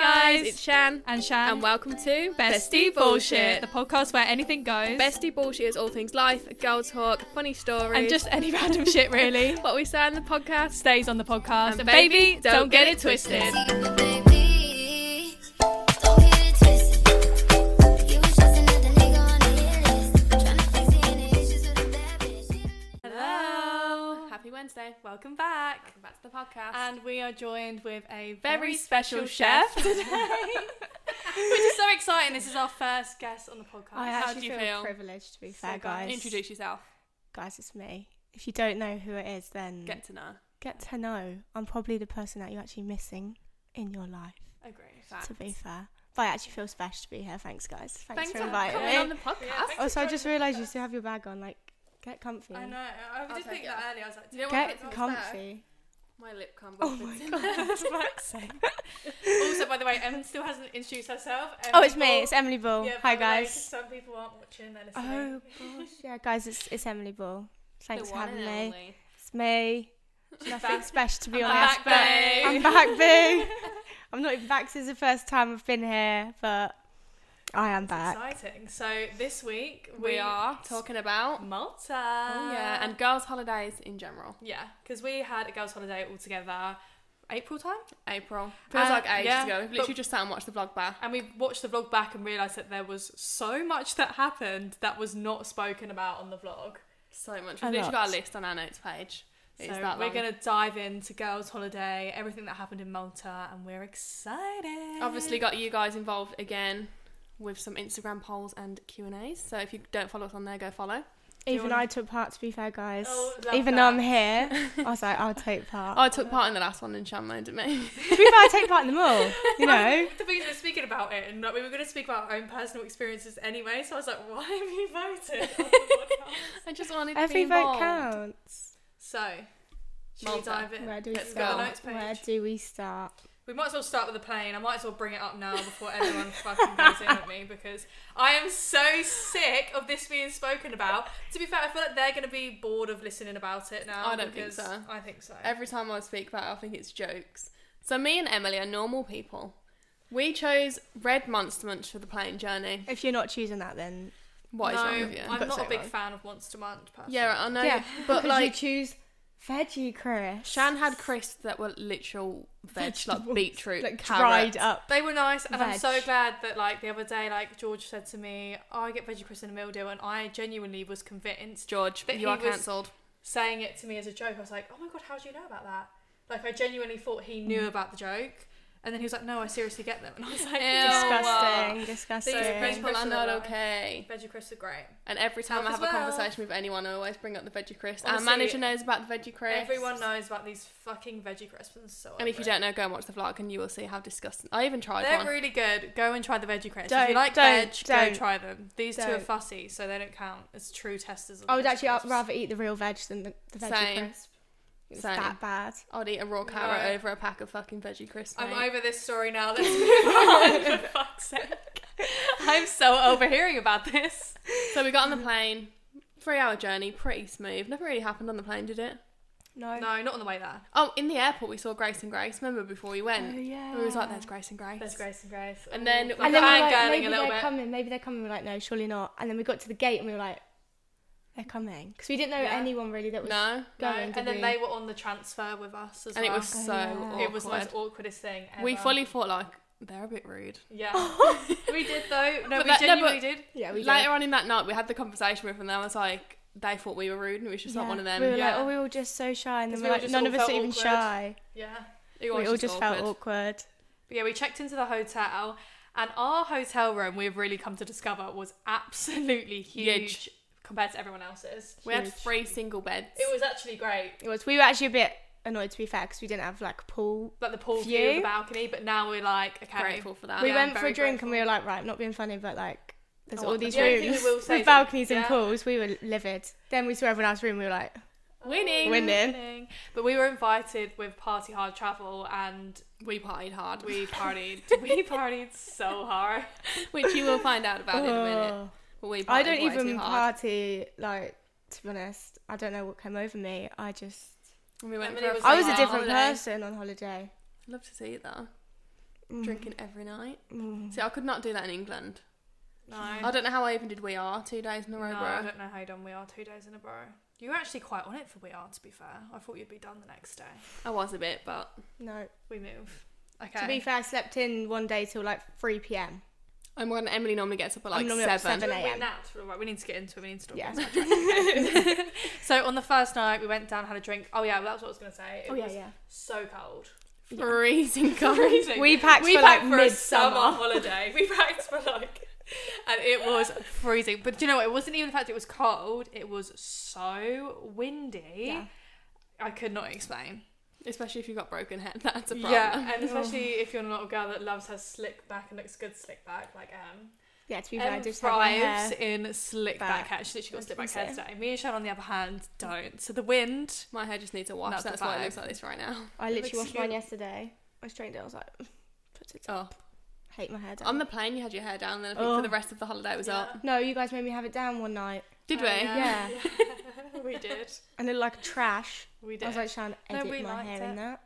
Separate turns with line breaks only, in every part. It's Shan.
and Shan.
And welcome to
Bestie Bullshit, the podcast where anything goes.
Bestie Bullshit is all things life, girl talk, funny stories.
and just any random shit really
what we say on the podcast.
stays on the podcast.
And
And,
baby,
baby,
don't
don't,
get
get,
it
it twisted.
Baby, don't get it twisted. You was just another nigga on the hit list, tryna fix any issues with a bad bitch.
Hello.
Happy Wednesday.
Welcome back.
Welcome back to the podcast.
And we are joined with a very,
Very
special,
special
chef today.
Which is so exciting. This is our first guest on the podcast.
I
How
actually
do you
feel,
feel?
privileged to be fair,
go on,
guys.
Introduce yourself.
Guys, it's me. If you don't know who it is, then
Get
get,
to know.
to know. I'm probably the person that you're actually missing in your life,
Agree.
to be fair. But I actually feel special to be here. Thanks, guys. Thanks, for inviting
Coming on
me.
the podcast.
thank
Also, I just realised you still have your bag on. Like, get comfy.
I know. I
I'll
did
take
think
it
that
off.
earlier. I was like,
You know what?
Get
It's
comfy.
My lip can't
Oh my god, for fuck's sake.
also, by the way, Em still hasn't introduced herself. Em
Oh, it's me.
Bull.
It's Emily Ball.
Yeah, by
Hi,
the way, 'cause
guys.
some people aren't watching. They're listening.
Oh gosh, yeah, guys, it's it's Emily Ball. Thanks for having me. It's me. Nothing
back.
special to be
I'm back,
honest, but
babe.
I'm back, boo. I'm not even back. This is the first time I've been here, but I am back.
Exciting. So this week
We, are talking about
Malta.
oh yeah, and girls' holidays in general.
yeah, because we had a girls' holiday all together, April time,
April feels
Um,
like ages
yeah,
ago. We've
but-
literally just sat and watched the vlog back.
and we watched the vlog back and realised that there was so much that happened that was not spoken about on the vlog.
So much.
A
We've literally
lot.
got a list on our notes page. It's
so
that
we're
long.
gonna dive into girls' holiday, everything that happened in Malta, and we're excited.
obviously got you guys involved again with some Instagram polls and Q and A's. So if you don't follow us on there, go follow.
you
Even
wanna-
I took part. To be fair, guys,
Oh, love
even
that.
though I'm here, I was like, I'll take part.
Oh, I took part in the last one and Shan moaned at me.
to be fair, I take part in them all. You know,
the thing is, we're speaking about it, and like, we were gonna speak about our own personal experiences anyway. So I was like, why have you voted? on the podcast?
I just wanted
every
to be
vote
involved.
counts.
so. Should we
Malta.
dive in?
Where do we
Let's go.
start?
Notes page.
Where do we start?
We might as well start with the plane. I might as well bring it up now before everyone fucking goes in at me because I am so sick of this being spoken about. To be fair, I feel like they're going to be bored of listening about it now.
I don't think
because
so.
I think so.
Every time I speak about, it, I think it's jokes. So me and Emily are normal people. We chose red monster munch for the plane journey.
If you're not choosing that, then
What is
no,
wrong with you?
I'm not
Got
a
something
big
wrong.
fan of Monster Munch. Personally.
yeah, I know.
yeah,
but
because you
like
choose veggie, Chris.
Shan had crisps that were literal veg, like
Vegetables,
beetroot,
like
carrot.
dried up.
They were nice, and I'm
Veg.
so glad that like the other day, like George said to me, oh, "I get veggie crisps in a meal deal," and I genuinely was convinced.
George,
But he
you are
was-
cancelled.
Saying it to me as a joke, I was like, "Oh my god, how do you know about that?" Like I genuinely thought he knew
Mm.
about the joke, and then he was like, "No, I seriously get them," and I was like,
Disgusting,
These
disgusting.
vegetables-
People Oh, are
crisps are
not
alive.
okay.
Veggie crisps are great.
And every time
Health
I
as
have a
well.
conversation with anyone, I always bring up the veggie crisp. Our
Honestly,
manager knows about the veggie crisp.
Everyone knows about these fucking veggie crisps. And so
And if you
over it.
don't know, go and watch the vlog, and you will see how disgusting. I even tried
they're
one.
really good. Go and try the veggie crisps. if you
Don't,
like
don't,
veg, go
don't,
try them. These two are
don't.
fussy, so they don't count as true testers. Of
I would
veggie
actually
crisps.
rather eat the real veg than the, the veggie
Same.
crisp. It's
Same.
that bad.
I'd eat a raw carrot
No.
over a pack of fucking veggie crisps.
I'm
mate.
over this story now. Let's move on. For fuck's sake. I'm so overhearing about this.
So we got on the plane. Three hour journey, pretty smooth. Nothing really happened on the plane, did it?
No.
No, not on the way there.
Oh, in the airport we saw Grace and Grace. Remember before we went?
Oh, yeah.
We was like, "There's Grace and Grace."
There's Grace and Grace.
And then-
like,
And
And then we were
fangirling
like, maybe
a
they're
little bit.
coming. Maybe they're coming. We We're like, no, surely not. And then we got to the gate and we were like, they're coming because we didn't know
Yeah.
anyone really that was
No.
No,
going.
and
did
then
we?
they were on the transfer with us as
And
well.
it was so
yeah.
awkward.
it was the most awkwardest thing. Ever.
we fully thought like they're a bit rude.
Yeah, we did though. No,
But
we
that- no, but-
genuinely did.
yeah, we
Later
did.
on in that night, we had the conversation with them. and I was like, they thought we were rude, and we were just like
Yeah.
one of them.
We were
Yeah.
like, oh, we were all just so shy, and
'Cause
then
we all
we're like,
just
none
all
of us
felt
are even
awkward.
shy.
Yeah.
It was
We all just felt
awkward.
awkward.
But yeah, we checked into the hotel, and our hotel room, we've really come to discover, was absolutely huge,
Huge.
compared to everyone else's.
We had
Huge.
three single beds.
It was actually great,
It was. We were actually a bit annoyed to be fair because we didn't have like a pool.
like the pool view,
View.
the balcony. But now we're like, okay,
grateful for that.
we
yeah, I'm
went for
very Oh,
a drink and we were like, right, I'm not being funny, but like, there's
I
all
want
these
the only thing we
rooms
will say is-
with balconies and
yeah.
pools. We were livid. Then we saw everyone else's room. We were like,
Winning.
Winning.
But we were invited with Party Hard Travel, and
We partied hard,
we partied. we partied so hard.
which you will find out about in a minute.
"Oh."
But we partied
I don't
way
even
too hard.
party. Like, to be honest, I don't know what came over me. I just,
And we went
Emily
for
was
fun
I was a
like,
holiday.
different person on holiday.
Love to see you though.
Mm.
drinking every night.
Mm.
See, I could not do that in England.
No.
I don't know how I even did We Are two days in a
no,
row,
I
bro.
don't know how you done We Are two days in a row. You were actually quite on it for We Are, to be fair. I thought you'd be done the next day.
I was a bit, but
No.
We move. Okay.
To be fair, I slept in one day till like 3 p.m.
I'm when Emily normally gets up at like
I'm normally up at
seven.
seven.
We
11 a.m..
napped. Right, we need to get into it. We need to stop.
Yeah.
So on the first night, we went down, had a drink. Oh yeah, well, that's what I was gonna say. It was So cold.
Freezing cold.
We packed
we
for
packed
like
for a
midsummer.
summer holiday. We packed for like, and it was freezing. But do you know what? It wasn't even the fact it was cold. It was so windy.
Yeah.
I could not explain.
Especially if you've got broken hair. That's a problem.
Yeah, and especially
Oh.
if you're not a girl that loves her slick back and looks good slick back, like um,
Yeah, to be fair, I
Em
just had my
thrives
hair.
in slick back.
back.
hair. She literally got
I
slick back
think
hair
so.
today. Me and Sean, on the other hand, don't. So the wind.
My hair just needs a wash.
Not the
That's why it
vibe.
looks like this right now.
I literally
looks
washed mine
cute.
yesterday. I straightened it. I was like, put it.
Oh,
Hate my hair down.
on the plane you had your hair down. Then I think
Oh.
for the rest of the holiday it was up.
no, you guys made me have it down one night.
Did
Oh,
we?
yeah.
Yeah,
we did.
and looked like trash.
We
I
did.
was like trying to
No,
edit
we
my
liked
hair in
it.
that.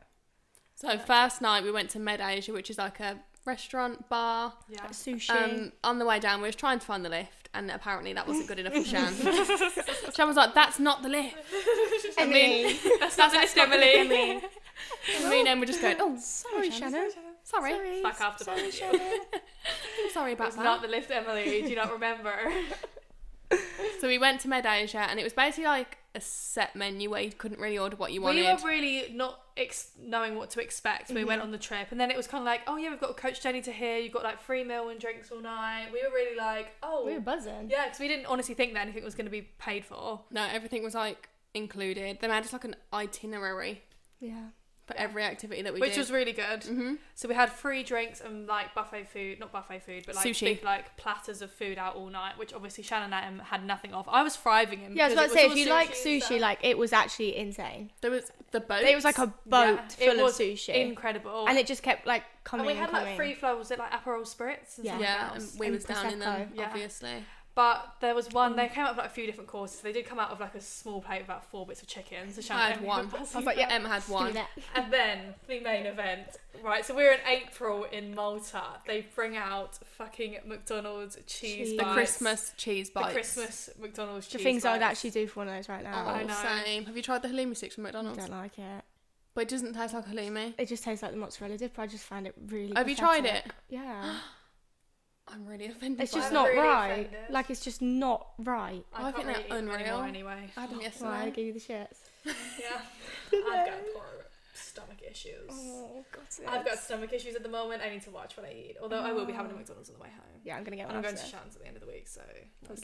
So first night we went to Med Asia, which is like a restaurant bar.
yeah.
Sushi.
Um, on the way down, we were trying to find the lift, and apparently that wasn't good enough for Shan. Shan was like, "That's not the lift."
I mean,
That's, that's, that's Emily.
And me and Em were just going, "Oh,
sorry, Shannon.
sorry,
Sorry.
Back after
sorry,
barbecue.
Shannon.
I'm sorry about
That's
that."
not the lift, Emily. Do you not remember?
so we went to Med Asia, and it was basically like a set menu where you couldn't really order what you wanted.
we were really not ex- knowing what to expect. We
Mm-hmm.
went on the trip, and then it was kind of like, oh yeah, we've got a coach Jenny to here. You've got like free meal and drinks all night. We were really like, oh
We were buzzing.
yeah, because we didn't honestly think that anything was going to be paid for.
no, everything was like included. They made us like an itinerary
Yeah.
for every activity that we
which
did.
was really good.
Mm-hmm.
Mhm.
So we had free drinks and like buffet food, not buffet food, but like
Sushi.
big like platters of food out all night, which obviously Shannon and Em had nothing of. I was thriving in.
Yeah, I was about
because
to say,
it
if you
all
like
and
sushi,
stuff.
like it was actually insane.
there was the boat.
It was like a boat
Yeah, it
full of
was
sushi,
incredible.
and it just kept like
Oh. And
coming.
we had
and
like
coming.
free flow. Was it like Aperol spirits? And
Yeah.
yeah.
yeah, and
Else?
we
And
was down in them,
Prosecco.
Yeah.
obviously.
But there was one.
Mm.
They came out with like a few different courses. They did come out of like a small plate of about four bits of chicken. So Shannon
I had
and Em
one.
were buzzing
I was like, yeah, Emma had
Give me
one.
that.
And then the main event. Right, so we're in April in Malta. They bring out fucking McDonald's cheese
Cheese.
The
bites.
Christmas cheese
The
bites.
Christmas McDonald's
The
cheese
things I would
bites.
actually do for one of those right
Oh,
now.
I know.
same. Have you tried the halloumi sticks from McDonald's?
Don't like it.
But it doesn't taste like halloumi.
It just tastes like the mozzarella dip. I just find it really.
Have you tried
pathetic.
it?
Yeah.
I'm really offended.
It's
by
just
that.
not
really
right.
offended.
Like it's just not right.
I,
I
can't
think
really
they're
eat them
unreal.
anymore anyway.
I had them yesterday.
Why I give you the shits?
Yeah. I've got poor stomach issues.
Oh,
Oh, god.
I've got stomach issues at the moment. I need to watch what I eat. Although I will be
Oh.
having a McDonald's on the way home.
Yeah, I'm gonna get
And
one.
I'm going
after
to
this.
Shan's at the end of the week, so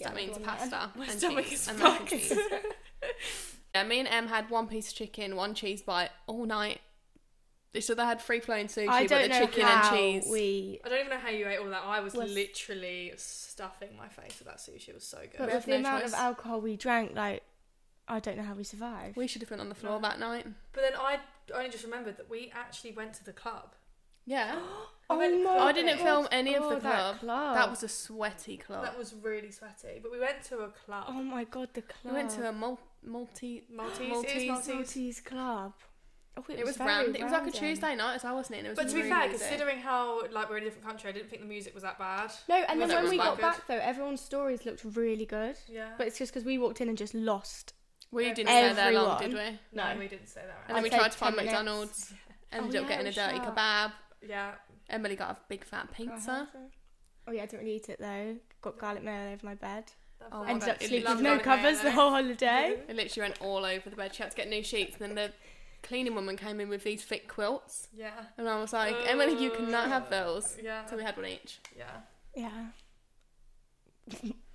That means
Go on,
pasta
my
and
stomach
cheese
is
and mac and
fucked.
cheese. yeah, me and Em had one piece of chicken, one cheese bite all night. So they had free flowing sushi,
I don't
but the
know
chicken
how
and cheese.
we.
I don't even know how you ate all that. I was,
Was-
literally stuffing my face with that sushi. It was so good.
But
we
with
have
the
no
amount
choice.
of alcohol we drank, like, I don't know how we survived.
We should have been on the floor
No.
that night.
But then I only just remembered that we actually went to the club.
Yeah.
I went-
Oh my
I didn't
God.
film any of
Oh,
the club.
That club.
That was a sweaty club.
That was really sweaty. But we went to a club.
Oh my god, the club.
we went to a mul- multi.
Maltese.
Maltese.
It is Maltese.
Maltese club. Oh,
It was
very
round. It was like a
random.
Tuesday night as I wasn't it. and it was
But to be
really
fair,
busy.
considering how like we're in a different country, I didn't think the music was that bad.
No, and
It
then
was
when we got
quite
back though, everyone's stories looked really good.
Yeah.
But it's just because we walked in and just lost.
we
Yeah.
didn't stay there long, did we?
Everyone.
And
no,
no.
we didn't say that.
then
Right.
I'd
we
say
tried to find
10 minutes.
McDonald's. Ended
Oh,
up
yeah,
getting a
we
dirty
shall.
kebab.
yeah.
Emily got a big fat pizza.
Oh yeah, I didn't really eat it though. Got garlic mayo over my bed.
Oh,
Ended
bet
up
you
sleeping
love
with no
garlic
covers the whole holiday.
Mm-hmm.
It literally went all over the bed. She had to get new sheets. And then the cleaning woman came in with these thick quilts.
Yeah.
And I was like, Emily, you cannot have those.
Oh, Yeah.
So we had one each.
Yeah.
yeah.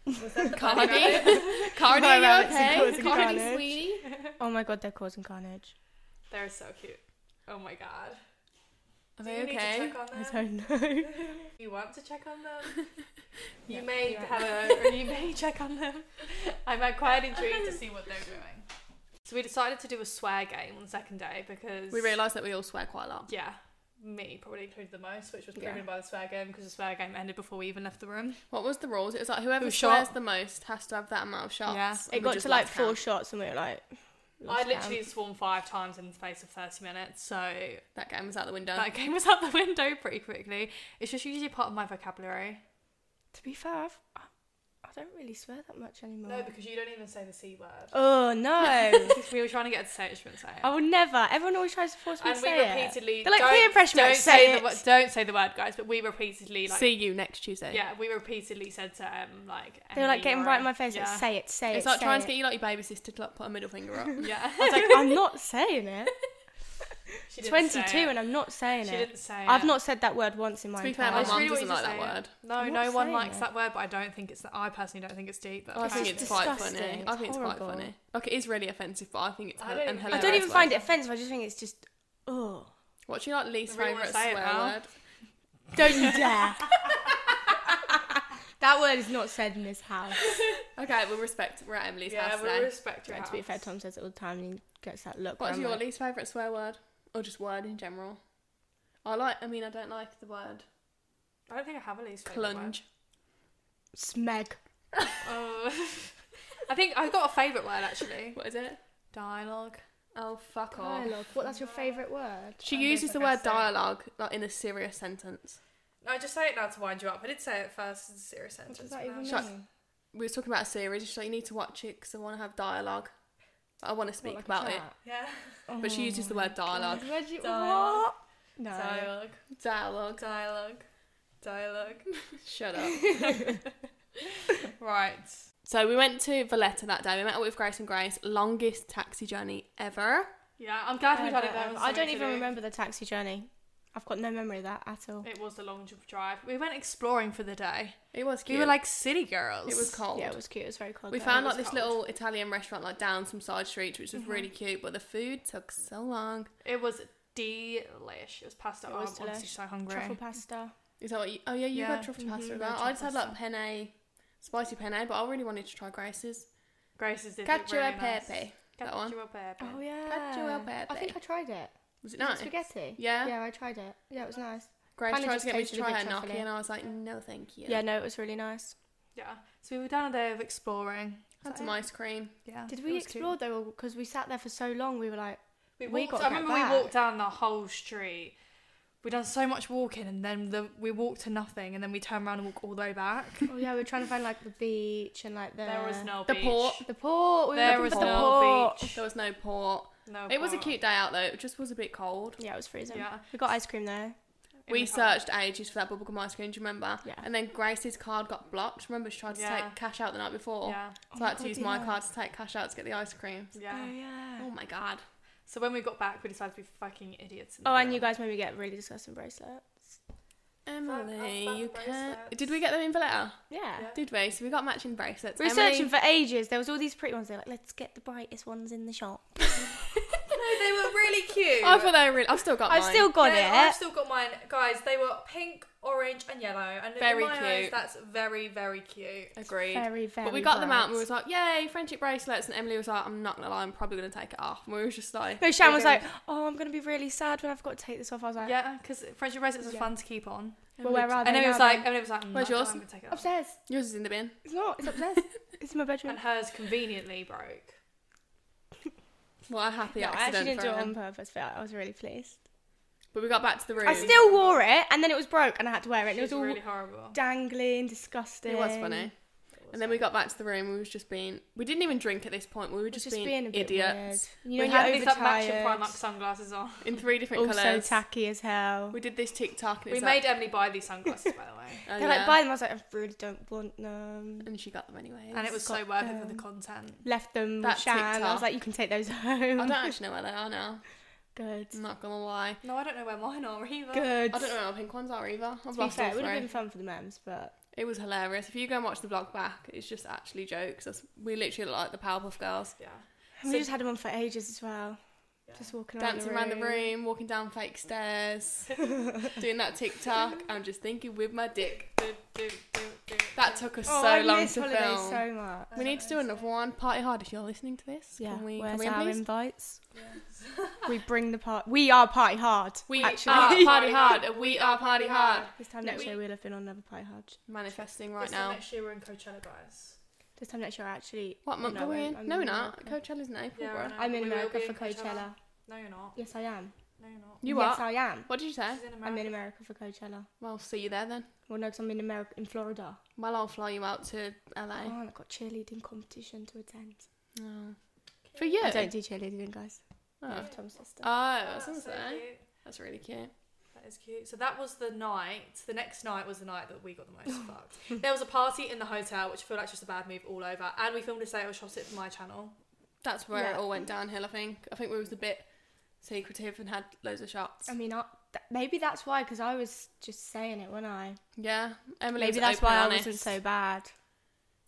Was that the
Cardi.
bunny rabbit?
Cardi,
My
are you
rabbits and
okay?
cows and
Cardi,
carnage.
sweetie.
Oh my god, they're causing carnage.
They're so cute. Oh my god.
Are
Do
they
you
okay?
need to check on
I
them?
don't know.
You want to check on them? You
Yeah,
may
you're right.
have a, or you may check on them. I'm uh, quite intrigued to see what they're doing. So we decided to do a swear game on the second day because
We realised that we all swear quite a lot.
yeah, me probably included the most, which was
Yeah.
proven by the swear game because the swear game ended before we even left the room.
What was the rules? It was like whoever
Who
swears
shot?
the most has to have that amount of shots.
Yeah.
And
It
we
got
just
to like
lost
four
count.
shots and we were like,
I
lost
literally
count.
swarmed five times in the space of 30 minutes, so
That game was out the window.
that game was out the window pretty quickly. It's just usually part of my vocabulary.
To be fair, I've, I I don't really swear that much anymore.
No, because you don't even say the C word.
oh no,
we were trying to get her to say it, she wouldn't say it.
I will never. Everyone always tries to force me
and
to
we
say it.
repeatedly.
They're like,
don't,
peer pressure,
don't
say
the
it.
word, Don't say the word, guys, but we repeatedly, like,
See you next Tuesday.
yeah, we repeatedly said to, um, like,
They were like
Emily,
getting
you're
right
a-
in my face, like
yeah.
say it, say it.
It's like
say
trying
it.
to get you like your baby sister to like put a middle finger up.
Yeah.
I was like, I'm not saying it.
She didn't say
22
it.
and I'm not saying
She
it.
didn't say
I've
it.
not said that word once in my
to be
entire
fair, my
I just
life.
mum
really want
doesn't
you
like
to
that
say it.
word.
No,
I'm
no
not
one
saying
likes
it. Oh,
that word, but I don't think it's that. I personally don't think it's deep. But
I
This
think
is
it's quite
disgusting.
funny. I
It's
think it's quite
horrible.
funny. Like it is really offensive, but I think it's
I
hel-
don't
and
even-
I
hilarious.
don't even
word.
find it offensive. I just think it's just, oh,
What's your like least
I really wanna
favourite
say it
swear
now.
word?
don't you dare. that word is not said in this house.
Okay, we'll respect. We're at Emily's
yeah,
house
we
today.
respect your
Yeah, to be
house.
fair, Tom says it all the time and he gets that look. where
What's
I'm
your
like,
least favourite swear word, or just word in general? I like. I mean, I don't like the word
I don't think I have a least favourite word.
plunge.
Smeg.
Oh. I think I've got a favourite word actually.
What is it?
Dialogue.
Oh fuck off.
Dialogue. What, that's your favourite word?
She
I don't
uses the
think I
word
said-
dialogue like in a serious sentence.
No, just say it now to wind you up. I did say it first as a serious
What
sentence.
does that
but
even
now-
mean?
Shut- We were talking about a series. She's like, you need to watch it because I want to have dialogue. I want to speak
What, like a
about it.
cat?
Yeah.
But she uses the word dialogue.
Oh Where'd you,
Dialogue.
what? No.
Dialogue.
Dialogue.
Dialogue. Dialogue.
Shut up.
right.
So we went to Valletta that day. We met up with Grace and Grace. Longest taxi journey ever.
Yeah, I'm glad we
I
had
don't,
it there.
um,
was
I
something
don't
to
even
do.
remember the taxi journey. I've got no memory of that at all.
It was a long drive. We went exploring for the day.
It was cute.
We were like city girls.
it was cold.
Yeah, it was cute. It was very cold.
we
though.
found
it
like
was
this
cold.
little Italian restaurant like down some side streets, which was really cute. But the food took so long.
It was delish. It was pasta.
It
oh,
was
I'm honestly
delish.
so hungry.
truffle pasta.
Is that what? You, oh yeah, you
Yeah.
had truffle
Mhm,
pasta with
we had
that. I just had
truffle
like penne, spicy penne, but I really wanted to try Grace's
Grace's did
cacio
look really
e
nice.
pepe. That one.
Cacio e pepe.
Oh
Cacio e
yeah.
pepe.
I think I tried it.
Was it
Was it
nice?
Spaghetti.
Yeah.
Yeah, I tried it. Yeah, it was nice.
Grace
Kinda
tried
just
to get me to
tasted a
try
bit
her gnocchi,
truffly.
and I was like, no, thank you.
Yeah, no, it was really nice.
Yeah. So we were down there exploring.
Had
Is
some
that it?
ice cream.
Yeah.
Did
it
we
was cute.
explore though? Because we sat there for so long, we were like,
We,
We
walked,
got
I
to get
remember
back.
we walked down the whole street. We done so much walking, and then the, we walked to nothing, and then we turned around and walked all the way back.
oh yeah, we were trying to find like the beach and like the
there was no
The
beach.
port.
the port. We
There
were
was
looking for the
no
port.
beach.
There was no port.
No.
It was a
port.
cute day out though. It just was a bit cold.
Yeah, it was freezing.
Yeah.
We got ice cream though.
In
we
the pub.
searched ages for that bubblegum ice cream. Do you remember?
Yeah.
And then Grace's card got blocked. Remember, she tried to
Yeah.
take cash out the night before.
Yeah.
So
Oh my
I had to
God,
use my
yeah.
card to take cash out to get the ice cream.
Yeah.
yeah.
Oh my god.
So when we got back, we decided to be fucking idiots. in the
Oh, and
room.
you guys made me get really disgusting bracelets.
Emily,
found
you
the
can't.
bracelets.
Did we get them in Valletta?
Yeah.
Yeah.
Did we? So we got matching bracelets.
We were searching
Emily-
for ages. There was all these pretty ones. They're like, let's get the brightest ones in the shop.
No, they were really cute.
I thought they were really. I've still got
I've
mine.
still got
No,
it.
I've still got mine, guys. They were pink, orange, and yellow, and
Very
in my eyes,
cute.
that's very, very cute.
Agreed.
Very, very.
but we got them out and
bright.
we was like, yay, friendship bracelets. And Emily was like, I'm not gonna lie, I'm probably gonna take it off. And we were just like,
No, Shan
We're
was
very-
like, "Oh, I'm gonna be really sad when I've got to take this off." I was like,
Yeah, because friendship bracelets was
Yeah.
fun to keep on.
"Well, where are they?"
and then it
now
was like,
then?"
and it was like, mm,
Where's
I don't
yours?
think I'm gonna take it off.
"Upstairs."
yours is in the bin.
It's not. It's upstairs. it's in my bedroom.
And hers conveniently broke.
What a happy
No, I
accident.
actually didn't
for
do it
him.
on purpose, but I was really pleased.
But we got back to the room.
I still wore it, and then it was broke, and I had to wear it. And
It
it was all
really horrible.
dangling, disgusting.
It was funny. And then we got back to the room. We was just being. We didn't even drink at this point. We were
Just,
just,
just being, a bit
idiots
weird. You know,
we
you're
had these like matching
overtired,
Primark sunglasses on.
in three different
all so
colours.
tacky as hell.
we did this TikTok. And
We
it's
made
Like,
Emily buy these sunglasses, by the way,
oh,
They're
yeah.
like, buy them. I was like, I really don't want them.
And she got them anyway.
and it was so
got
worth it for the
them.
content.
Left them with
That
Shan. I
TikTok.
was like, you can take those
I
home.
don't actually know where they are now.
Good.
I'm not gonna lie.
No, I don't know where mine are either.
Good.
I don't know where my pink ones are either. I've
To be
lost
fair,
all
it would have
three.
been fun for the memes, but
It was hilarious. If you go and watch the vlog back, it's just actually jokes. That's, we literally look like the Powerpuff Girls.
Yeah.
And
So-
we just had them on for ages as well.
Yeah.
Just walking around
Dancing
the
around the room, walking down fake stairs, doing that TikTok. I'm just thinking with my dick.
Do, do, do, do.
That took us
Oh,
so
I
long
miss
to
holidays
film.
so much.
We need to do another one. Party hard if you're listening to this.
Yeah,
can we,
where's
can we in,
our
please?
invites?
Yes.
we bring the party. We are party hard.
We
actually.
are party hard. We are party hard.
this time
No,
next
we-
year we'll have been on another party hard.
Manifesting right
This time
now.
Next year we're in Coachella, guys.
This time next year, I actually.
What month
no,
are we
I'm-
in?
I'm
no, we're
in
not.
America.
Coachella's in April,
Yeah,
bro.
I know.
I'm in
We will
America
be
for
in Coachella.
Coachella.
No, you're not.
Yes, I am.
No, you're not.
You
yes,
are.
I am.
What did you say?
She's in
I'm in
America.
America for Coachella.
Well, see you there then.
Well, no, 'cause I'm in America, in Florida.
Well, I'll fly you out to
Oh,
LA.
and I've got cheerleading competition to attend.
Oh. For you?
I don't do cheerleading, guys.
oh.
I
oh,
have Tom's sister.
Oh,
that's,
that's so cute.
that's really cute.
That is cute. So that was the night. The next night was the night that we got the most fucked. There was a party in the hotel, which I feel like just a bad move all over. And we filmed a sale, shot it for my channel.
That's where it
Yeah.
all went downhill, I think. I think we was a bit secretive and had loads of shots.
I mean, I, th- maybe that's why, because I was just saying it, wasn't I?
yeah, Emily.
maybe
was
that's
open
why
and
I wasn't
honest.
so bad.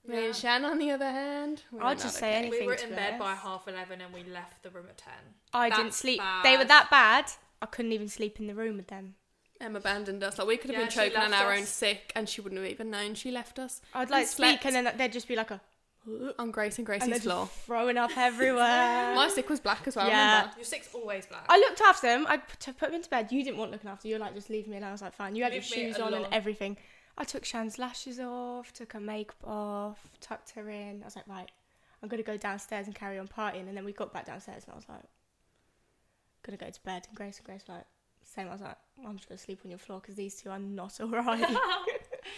Me and Shan, on the other hand, we
I'll
were
just
not
say anything.
We were
to
in
be
bed by
honest.
half eleven, and we left the room at ten.
I didn't
That's
sleep.
bad.
They were that bad. I couldn't even sleep in the room with them.
Em abandoned us. Like we could have
Yeah,
been
she
choking on
left
our
us.
own sick, and she wouldn't have even known she left us
I'd like
slept.
speak, and then they'd just be like a
on Grace and
and they're
Gracie's
just
floor.
throwing up everywhere.
My sick was black as well.
Yeah.
Remember?
Your six always black.
I looked after them. I put, put them to bed. You didn't want looking after. You were like, just leave me. And I was like, fine. You had
Leave
your
me
shoes on and
alone.
everything. I took Shan's lashes off, took her makeup off, tucked her in. I was like, right, I'm going to go downstairs and carry on partying. And then we got back downstairs and I was like, going to go to bed. And Grace and Grace were like, same. I was like, I'm just going to sleep on your floor because these two are not all right.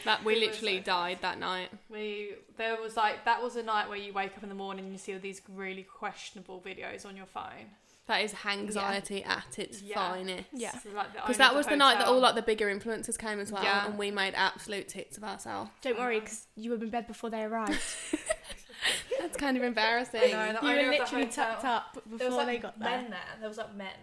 That we
It was
literally
so
died that night.
We there was like that was a night where you wake up in the morning and you see all these really questionable videos on your phone.
That is anxiety at its
Yeah.
finest.
Yeah.
So, like, the owner
Because
of
that was the night that
hotel-
all like the bigger influencers came as well,
Yeah.
and we made absolute tits of ourselves.
Don't worry because you were in bed before they arrived.
That's kind of embarrassing.
I know, the
you
owner
were
of the
literally
hotel-
tucked up
There was
before
like
they got there.
men there. There was like men.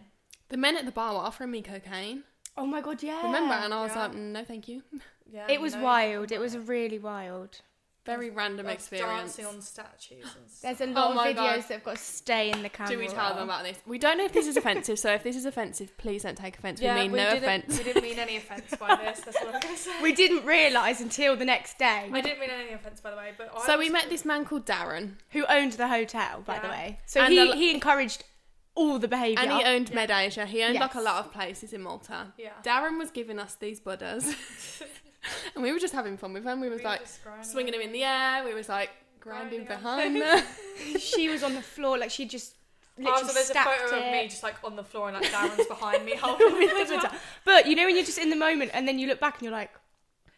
The men at the bar were offering me cocaine.
Oh my God, yeah.
Remember? And I was
Yeah.
like, no, thank you.
Yeah.
It was
no
wild. It was really wild.
Very random
of
experience.
Dancing on statues and stuff.
There's a lot
Oh my
of videos
God.
that have got to stay in the camera.
Do we tell them about this? We don't know if this is offensive, so if this is offensive, please don't take offence. we mean no
didn't,
offence.
We didn't mean any offense by this. That's what I'm gonna say.
We didn't realise until the next day
I didn't mean any offense, by the way. But I
So
was-
we met this man called Darren,
who owned the hotel, by the
Yeah.
way. So
And
he,
a lo-
he encouraged all the behaviour.
and he owned Med Asia. He owned like a
Yes.
lot of places in Malta.
Yeah.
Darren was giving us these buddhas, and we were just having fun with him. We was
We were
like
just grinding.
swinging him in the air. We was like grinding
Grinding
behind them.
she was on the floor, like she just
Oh,
literally
so there's a
stacked
photo of
it.
me just like on the floor and like Darren's behind me holding me.
with the butter. But you know when you're just in the moment and then you look back and you're like,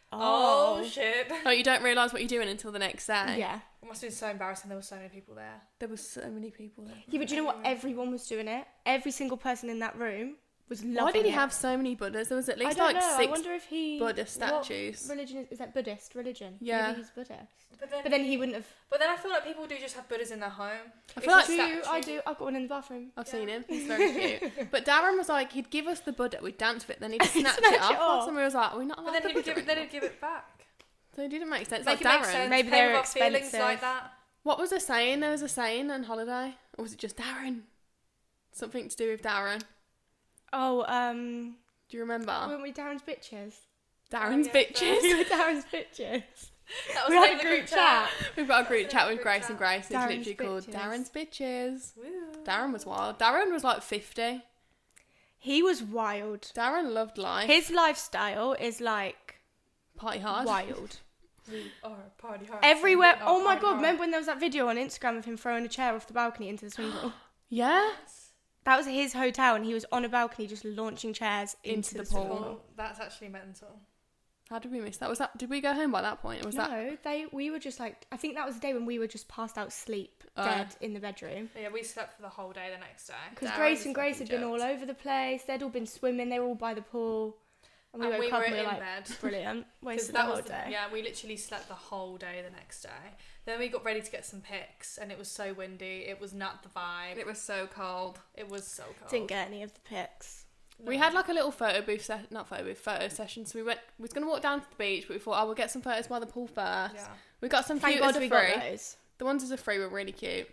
Oh
oh,
shit!
Oh, you don't realise what you're doing until the next day.
yeah.
It must have been so embarrassing. There were so many people there.
There was so many people there.
Yeah, but do you know what? Everyone was doing it. Every single person in that room was loving
Why did he
it.
have so many Buddhas? There was at
I
least
don't
like
know. I
six.
wonder if he
Buddha
what
statues.
religion is, is that Buddhist religion?
Yeah.
Maybe he's Buddhist.
But then,
But then he wouldn't have.
but then I feel like people do just have Buddhas in their home.
I
It's
feel
a
like-
Do you? I
statue.
do. I've got one in the bathroom.
I've seen him. He's very cute. But Darren was like, he'd give us the Buddha, we'd dance with it, then he'd snatch,
Snatch
it
it
off us,
off.
and we was like, we're
Oh,
not allowed
But then
the
he'd
Buddha
give, then he'd give it back.
anymore." So it didn't make sense.
Like,
Like,
it makes
Darren.
sense.
Maybe
play
they're
with our feelings
expensive.
like that.
What was a saying? There was a saying on holiday, or was it just Darren? Something to do with Darren.
Oh, um,
Do you remember?
weren't we Darren's bitches?
Darren's
yeah,
bitches.
we were Darren's bitches.
That
We
was
had
in
a
the
group chat.
We've got a group
That's
chat
a
with
group
Grace
chat.
and Grace. It's
Darren's
literally called
bitches.
Darren's bitches.
Woo.
Darren was wild. Darren was like fifty.
He was wild.
Darren loved life.
His lifestyle is like
Party hard.
wild.
We are a party hard.
Everywhere.
We are
Oh my
party
god!
hard.
Remember when there was that video on Instagram of him throwing a chair off the balcony into the swimming pool?
Yeah.
That was his hotel, and he was on a balcony just launching chairs
Into
into,
the
the, swimming
pool.
Oh, that's actually mental.
How did we miss that? Was that? Did we go home by that point? Or was that?
no, they we were just like I think that was the day when we were just passed out sleep
Oh.
dead in the bedroom.
But yeah, we slept for the whole day the next day.
Because
Darren
Grace
was
and Grace had
fucking
been
jacked.
all over the place. They'd all been swimming. They were all by the pool, and we
And
woke
we
up
were
and we were
in
like,
bed.
"Brilliant,
Because
wasted the
that
whole
was the,
day."
yeah, we literally slept the whole day the next day. Then we got ready to get some pics, and it was so windy. It was not the vibe. It,
was so cold.
was so cold.
Didn't get any of the pics.
We had like a little photo booth, se- not photo booth, photo session. So we went. We was gonna walk down to the beach, but we thought, oh, we'll get some photos by the pool first.
Yeah.
We got some
Thank
cute as
God
a
we
free.
got those.
The ones as a free were really cute.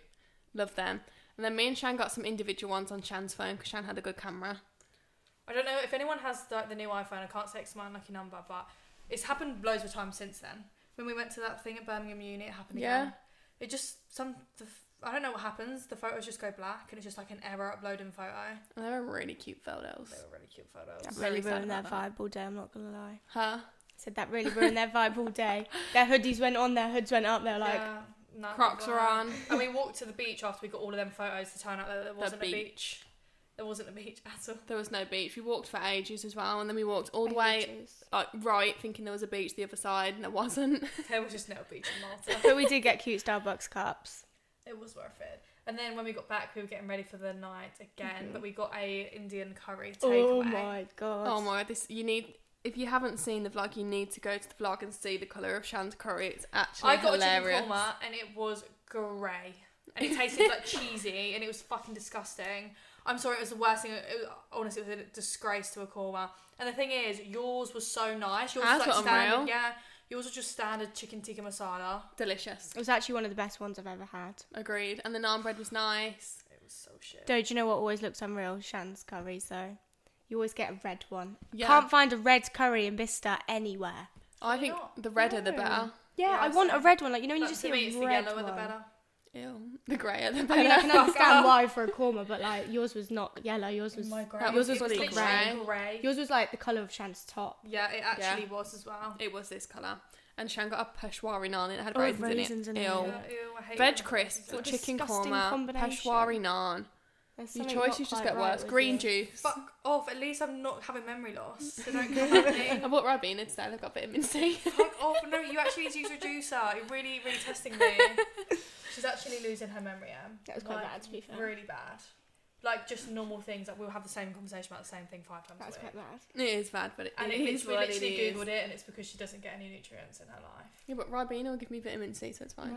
Love them. And then me and Shan got some individual ones on Shan's phone because Shan had a good camera.
I don't know if anyone has like the new iPhone. I can't say it's my lucky number, but it's happened loads of times since then. When we went to that thing at Birmingham Uni, it happened
Yeah.
again. It just some the, f- I don't know what happens. The photos just go black, and it's just like an error uploading photo.
And they were really cute photos.
They were really cute photos.
That
Very
really
sad
ruined their
about
vibe all day. I'm not gonna lie.
Huh?
Said that really ruined their vibe all day. Their hoodies went on. Their hoods went up. They were like,
yeah. No,
Crocs
well.
are on.
And we walked to the beach after we got all of them photos to turn out that there
The
wasn't a beach.
beach.
There wasn't a beach at all.
There was no beach. We walked for ages as well, and then we walked all the way like right, thinking there was a beach the other side, and there wasn't.
There was just no beach in Malta.
But we did get cute Starbucks cups.
It was worth it. And then when we got back, we were getting ready for the night
Mm-hmm.
again, but we got a Indian curry takeaway.
Oh my god.
Oh my, this you need. If you haven't seen the vlog, you need to go to the vlog and see the colour of Shan's curry. It's actually
I got a
hilarious.
chicken korma and it was grey, and it tasted like cheesy, and it was fucking disgusting. I'm sorry, it was the worst thing. It was, honestly, it was a disgrace to a korma. And the thing is, yours was so nice. Yours
Ours
was like
were
standard,
unreal.
yeah. Yours was just standard chicken tikka masala.
Delicious.
It was actually one of the best ones I've ever had.
Agreed. And the naan bread was nice.
It was so shit.
Though, do you know what always looks unreal? Shan's curries, though. You always get a red one.
Yeah.
Can't find a red curry in Bista anywhere.
I think
not?
the redder the better.
Yeah,
Yeah,
I want a
same.
red one. Like you know when you
But
just
to
see
me,
a
it's the
red
yellower
one.
the better.
Ew. The greyer the
I mean, I
better.
can understand why for a korma, but like yours was not yellow. Yours was
That was
It
really
literally grey.
yours was like the color of Shan's top.
Yeah, it actually
Yeah.
was as well.
it was this colour. And Shan got a peshwari naan and it had
Oh,
raisins,
raisins
in
in
it.
it.
Ew.
Yeah, ew, I hate
Veg
them.
crisps,
What a
chicken
disgusting
korma,
combination.
peshwari naan.
There's
Your
something not
choices just
quite
get
right
worse.
with
Green
it.
juice.
Fuck off. At least I'm not having memory loss. So don't come at me.
I bought Ribena today. I've got vitamin C.
Fuck off. No, you actually need to use reducer. You're really, really testing me. She's actually losing her memory, Em.
That was quite bad, to be fair.
Really bad. Like, just normal things. Like, we'll have the same conversation about the same thing five times
That was
a
quite
week.
bad.
it is bad, but it,
And
it
it,
is
we
what
literally
it is.
Googled it, and it's because she doesn't get any nutrients in her life.
Yeah, but Ribena will give me vitamin C, so it's fine.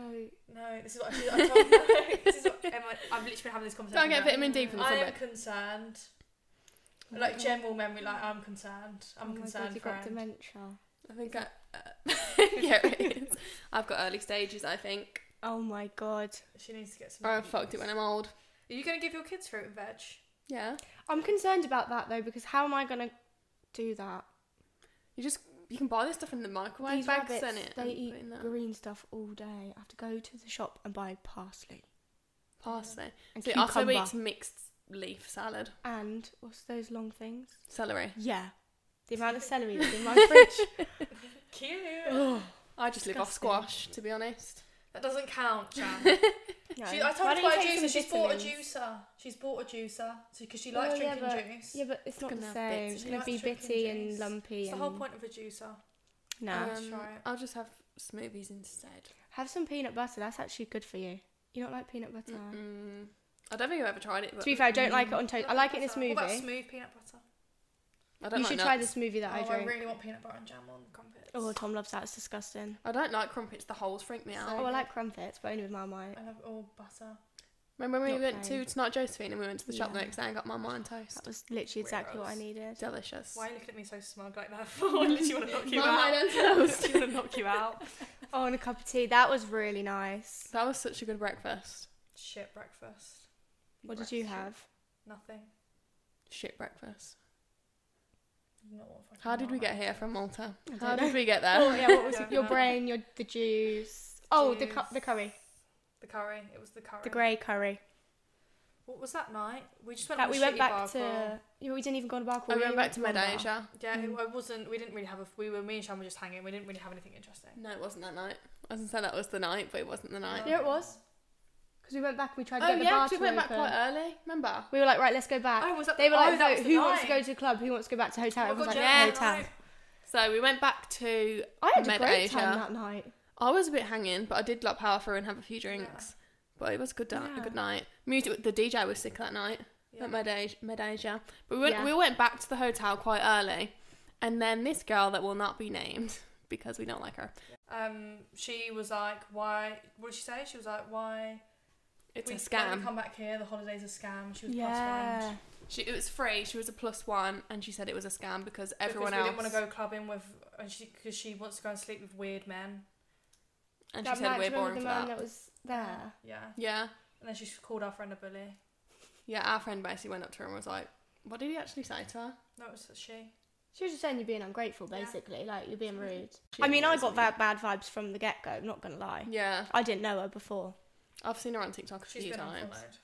No, this is what I- I'm talking about. This is what Emma, I've literally been having this conversation.
Don't get
about.
vitamin D from the
I am
sunbed.
concerned.
Oh my
like
God.
general memory, like I'm concerned. I'm
oh my
concerned
god, you
for
got dementia.
I think I. Uh, yeah, it is. I've got early stages, I think.
Oh my god.
She needs to get some.
Or Oh, I fucked it when I'm old.
Are you gonna give your kids fruit and veg?
Yeah.
I'm concerned about that though because how am I gonna do that?
You just. You can buy this stuff in the microwave
These
bags,
rabbits,
and it?
they
and
eat
put in that.
green stuff all day. I have to go to the shop and buy parsley
Parsley.
and
So it also
cucumber
eats mixed leaf salad.
and what's those long things?
Celery.
Yeah, the amount of celery that's in my fridge.
Cute.
Ugh.
I just live off squash, to be honest.
That doesn't count, Jan.
No.
She, I
Why
told her
don't
to
you
buy a
take some
juicer. She's bought a
vitamins?
juicer. She's bought a juicer because she
Well,
likes
yeah,
drinking
but-
juice.
Yeah, but it's not
gonna
the
have
same.
bits
It's
in
it.
gonna be
That's drinking
bitty and
juice.
lumpy.
It's the
and...
whole point Uh, of a juicer.
No,
Yeah, that's right.
Um, I'll just have smoothies instead.
have some peanut butter. That's actually good for you. You don't like peanut butter.
Mm. I don't think I've ever tried it. But mm.
To be fair, I don't like it on toast. I like it in a
Peanut butter. What about
smoothie.
smooth peanut butter?
I don't
You
like
should
nuts.
try the smoothie that I
Oh, I
drink.
really want peanut butter and jam on crumpets.
Oh, Tom loves that. It's disgusting.
I don't like crumpets. The holes freak me out.
Oh, I like crumpets, but only with Marmite.
I love all butter.
Remember when we
Not
went to
fine.
tonight, Josephine, and we went to the shop the
Yeah.
next day and got mum wine toast.
That was literally exactly what I
Weirdos.
needed.
Delicious.
Why are you looking at me so smug like that for? I literally want to knock you
Mum, I
out.
don't toast.
literally want to knock you out.
Oh, and a cup of tea. That was really nice.
That was such a good breakfast.
Shit breakfast.
What did you have?
Nothing.
Shit breakfast.
Not what fucking
How did we
Marmite.
get here from Malta?
I don't
How
know.
did we get there?
Oh, yeah. What was
I don't
your
know.
brain? Your the juice. Oh, the cu-
juice.
the curry,
The curry. It was the curry.
the grey curry.
What was that night? We just went.
That
on a
we went
shitty bar
back to.
crawl.
Yeah, we didn't even go on a bar crawl.
I went back to
one bar.
Medasia.
Yeah, it,
Mm.
I wasn't. We didn't really have a. We were me and Shan were just hanging. We didn't really have anything interesting.
No, it wasn't that night. I was gonna say that was the night, but it wasn't the night.
No.
Yeah, it was. Because we went back. and We tried to
Oh
get the
yeah,
bar
'cause we
to
went back
open.
quite early. Remember?
We were like, right, let's go back.
Oh, was that?
they were
oh,
like,
that
vote
was the
who wants to
night.
go to club? Who wants to go back to hotel?
Oh my
Everyone was
God,
like,
yeah,
hotel.
right.
So we went back to.
I had a
Medasia.
great time that night.
I was a bit hanging, but I did like power through and have a few drinks. But it was a good, di- a
Yeah.
good night. Music. The DJ was sick that night.
Yeah.
at Medasia. Medasia. But we went,
Yeah.
we went back to the hotel quite early. And then this girl that will not be named because we don't like her.
Um, she was like, "Why?" What did she say? She was like, "Why?"
It's
we,
a
Why we
scam.
come back here. The holidays a scam. She was plus
Yeah.
one.
She, it was free. She was a plus one, and she said it was a scam because everyone
because
else.
we didn't want to go clubbing with, and she because she wants to go and sleep with weird men.
And she
That
said
night, do you
we're boring for
remember the man
that.
that was there.
Yeah.
Yeah,
And then she called our friend a bully.
yeah. Our friend basically went up to her and was like, "What did he actually say to her?"
No, it was she.
She was just saying you're being ungrateful,
Yeah.
basically. Like you're being rude.
She
I mean, I
was
got
rude.
that bad vibes from the get go. I'm not gonna lie.
Yeah,
I didn't know her before.
I've seen her on TikTok a
She's
few
been
times.
unfollowed.